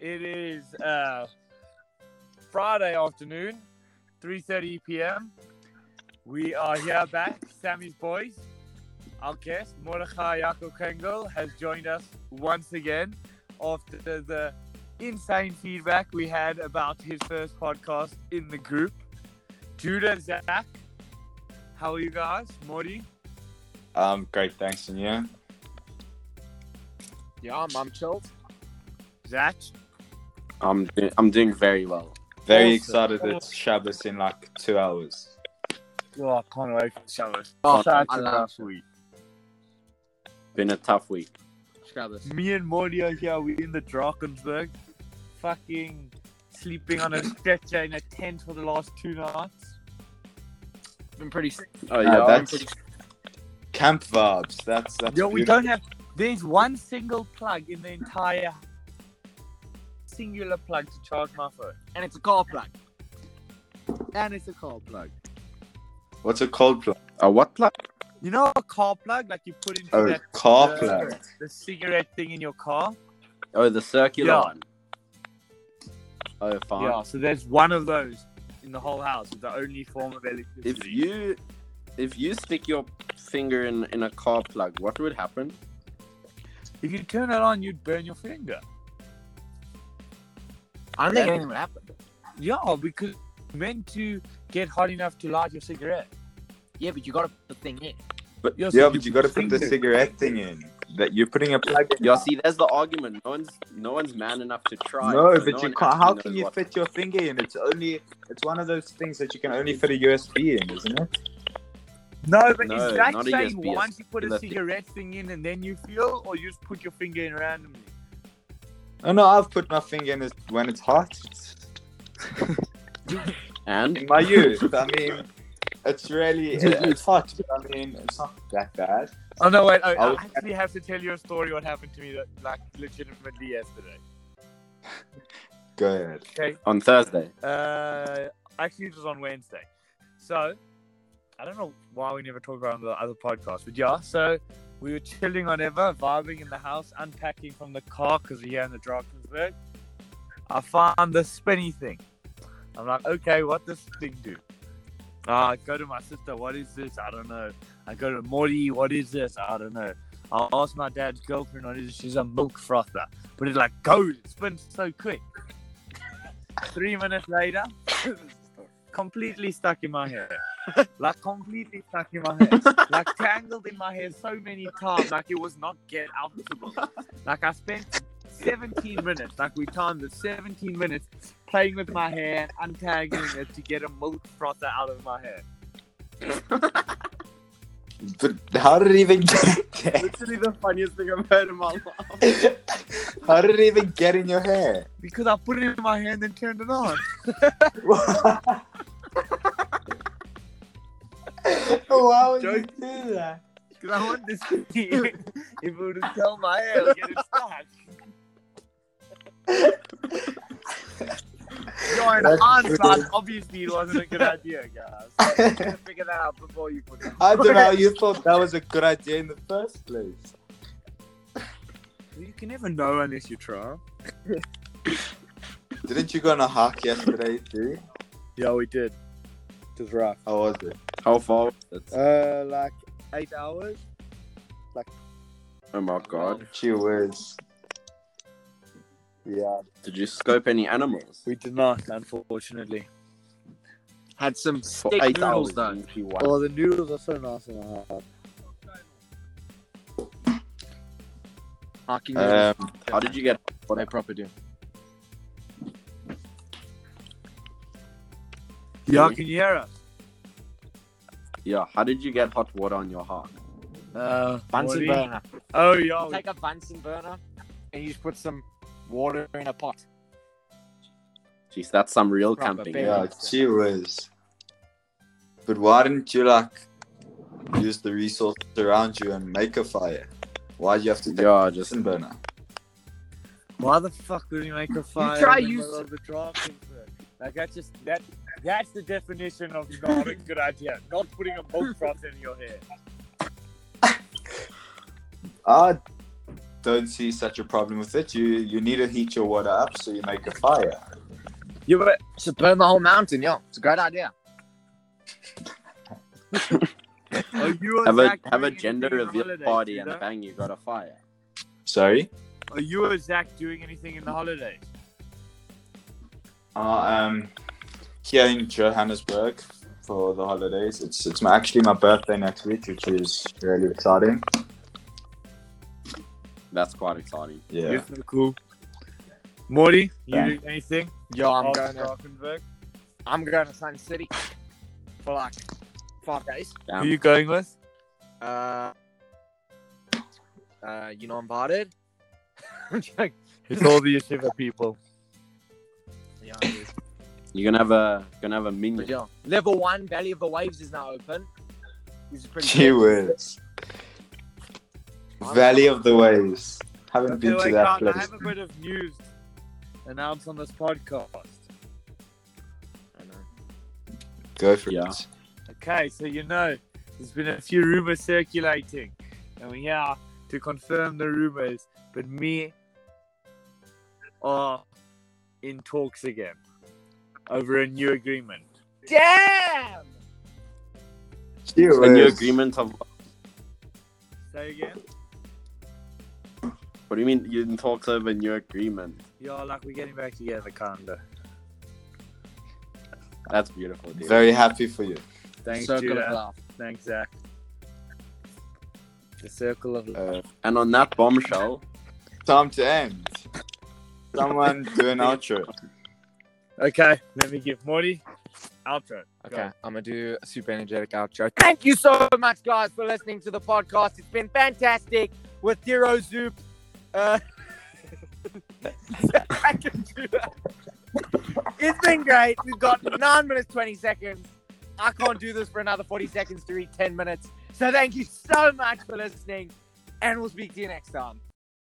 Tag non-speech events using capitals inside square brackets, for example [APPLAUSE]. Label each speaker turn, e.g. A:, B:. A: It is uh, Friday afternoon, 3.30 p.m. We are here back, Sammy's boys. Our guest, Mordechai Yaakov Kengel, has joined us once again after the, the insane feedback we had about his first podcast in the group. Judah, Zach, how are you guys? Morty?
B: Um, great, thanks, and you?
C: Yeah, I'm, I'm chilled.
A: Zach?
C: I'm doing, I'm doing very well.
A: Awesome.
B: Very excited that Shabbos in like two hours.
A: Oh, I can't wait for the Shabbos.
C: Oh,
A: Such
C: I
A: a
C: love-
A: tough week.
C: Been a tough week. Shabbos.
A: Me and Morty are here. We're in the Drakensberg, fucking sleeping on a stretcher in a tent for the last two nights.
C: Been pretty.
D: Uh,
C: Oh
B: yeah,
C: yeah,
B: that's- Camp vibes. That's that's.
A: Yo, we
B: beautiful.
A: don't have. There's one single plug in the entire singular plug to charge my phone,
C: and it's a car plug. And it's a car plug.
B: What's a cold plug?
D: A what plug?
A: You know, a car plug like you put into
B: Oh,
A: that,
B: car
A: the,
B: plug.
A: the cigarette thing in your car.
C: Oh, the circular
A: Yeah.
C: one. Oh, fine.
A: Yeah, so there's one of those in the whole house. It's the only form of electricity.
D: If you if you stick your finger in in a car plug, what would happen?
A: if you turn it on, you'd burn your finger.
C: I don't think anything would happen.
A: Yeah, because it's meant to get hot enough to light your cigarette.
C: Yeah, but you gotta put the thing in.
B: But,
A: Yo, so
B: yeah,
A: you
B: but you got to put the
A: finger.
B: cigarette thing in. That you're putting a plug. in.
D: Yeah, see, there's the argument. No one's no one's man enough to try.
B: No,
D: so
B: but
D: no
B: you
D: one
B: can't. How
D: actually
B: can
D: knows
B: you
D: what-
B: fit your finger in? It's only. It's one of those things that you can only fit a USB in, isn't it?
A: No, but
D: No,
A: is that
D: not a
A: saying
D: USB,
A: once you put
D: it's
A: a
D: a thing.
A: cigarette thing in and then you feel, or you just put your finger in randomly?
B: Oh no, I've put my finger in it when it's hot. In
D: And
B: my youth, I mean, it's really it's hot. But I mean, it's not that bad.
A: Oh no, wait! I,
B: I
A: I
B: was-
A: actually have to tell you a story. What happened to me, that, like legitimately yesterday.
B: Go ahead.
A: Okay,
D: on Thursday,
A: uh, actually it was on Wednesday. So I don't know why we never talk about it on the other podcast, but yeah. So we were chilling on ever, vibing in the house, unpacking from the car because we're here in the Drakensberg. I found this spinny thing. I'm like, okay, what does this thing do? Ah, I go to my sister, what is this? I don't know. I go to Morty, what is this? I don't know. I ask my dad's girlfriend, what is this? She's a milk frother. But it like goes, it spins so quick. Three minutes later, [COUGHS] completely stuck in my hair. Like completely stuck in my hair. Like tangled in my hair so many times, like it was not get outable. Like I spent 17 minutes, like we timed it 17 minutes playing with my hair and untangling it to get a milk frother out of my hair.
B: But how did it even get [LAUGHS] there?
D: literally the funniest thing I've heard in my life.
B: How did it even get in your hair? [LAUGHS]
A: Because I put it in my hair and then turned it on.
B: Why would
A: Joke.
B: you do that?
A: Because I want to see if it would tell my hair to get it stuck. Yo, in
B: That's
A: hindsight,
B: brilliant.
A: obviously it wasn't a good idea, [LAUGHS] guys. So you can figure that out before you put it.
B: I don't know how you thought that was a good idea in the first place.
A: You can never know unless you try.
B: Didn't you go on a hike yesterday too?
A: Yeah, we did. It was rough.
B: How was it?
D: How far? That's,
A: Uh, like eight hours.
D: oh my god!
B: She was. Yeah.
D: Did you scope any animals?
A: We did not, unfortunately.
C: Had some
D: For
C: stick
D: eight
C: noodles
D: hours.
C: done.
D: if you want.
A: Oh, the noodles are so nice in the house.
C: Hockey noodles.
B: Um,
D: How did you get?
C: What they proper do?
A: Yeah, can you hear us?
D: Yeah, how did you get hot water on your heart?
A: Uh, Morty?
C: Bunsen burner.
A: Oh, yeah.
C: You take a Bunsen burner and you just put some water in a pot.
D: Jeez, that's some real
C: Proper
D: camping.
C: bear.
B: yeah, she was. But why didn't you like use the resources around you and make a fire? Why do you have to take a
D: Yeah, just
B: Bunsen burner?
A: Why the fuck would we make a fire?
C: try
A: in the
C: use-
A: middle of the draft Like that's just that. That's the definition of not a good idea. Not putting a milk froth in your hair.
B: I don't see such a problem with it. You you need to heat your water up so you make a fire.
C: You were to burn the whole mountain. Yeah, it's a great idea.
A: Are you and
D: Have a
A: Zach
D: have a
A: doing
D: gender
A: anything on
D: reveal
A: holiday,
D: party and
A: Tudor?
D: bang, you got a fire.
B: Sorry.
A: Are you or Zach doing anything in the holidays?
B: Uh, um, here in Johannesburg for the holidays. It's it's my, actually my birthday next week, which is really exciting.
D: That's quite exciting.
B: Yeah.
A: Yes, cool. Morty, you
B: Yeah.
A: doing anything?
C: Yo, I'm
A: After
C: going. To,
A: Drakenberg?
C: I'm going to Sun City for like five days.
A: Who
D: Damn.
A: are you going with? [LAUGHS]
C: Uh, uh, you know, invited. I'm joking.
A: It's all the yeshiva people.
C: Yeah, I do.
D: You're gonna have a gonna have a
C: But
D: minion.
C: yeah, level one Valley of the Waves is now open. This is [LAUGHS] pretty
B: Gee
C: cool.
B: whiz. Valley of the Waves. Haven't
A: Okay,
B: been to
A: wait,
B: that
A: Carl, I
B: place.
A: have a bit of news announced on this podcast.
C: I know.
B: Go for
D: Yeah.
B: it.
A: Okay, so you know, there's been a few rumors circulating, and we're here to confirm the rumors, but me are in talks again over a new agreement.
C: Damn!
B: Gee
D: A new
B: whiz.
D: agreement of
A: Say again?
D: what do you mean? You didn't talk over a new agreement.
A: Yeah, like we're getting back together, kinda.
D: That's beautiful, dude.
B: Very happy for you.
A: Thanks,
C: Circle of
A: Judah.
C: Love.
A: Thanks, Zach. The circle of life.
B: Uh,
D: And on that bombshell,
B: time to [LAUGHS] end. Someone do an outro.
A: Okay, let me give Morty outro.
C: Okay, I'm gonna do a super energetic outro. Thank you so much, guys, for listening to the podcast. It's been fantastic with Hero Zoop. Uh, [LAUGHS] I can do that. it's been great. We've got nine minutes twenty seconds. I can't do this for another forty seconds to reach ten minutes. So thank you so much for listening, and we'll speak to you next time.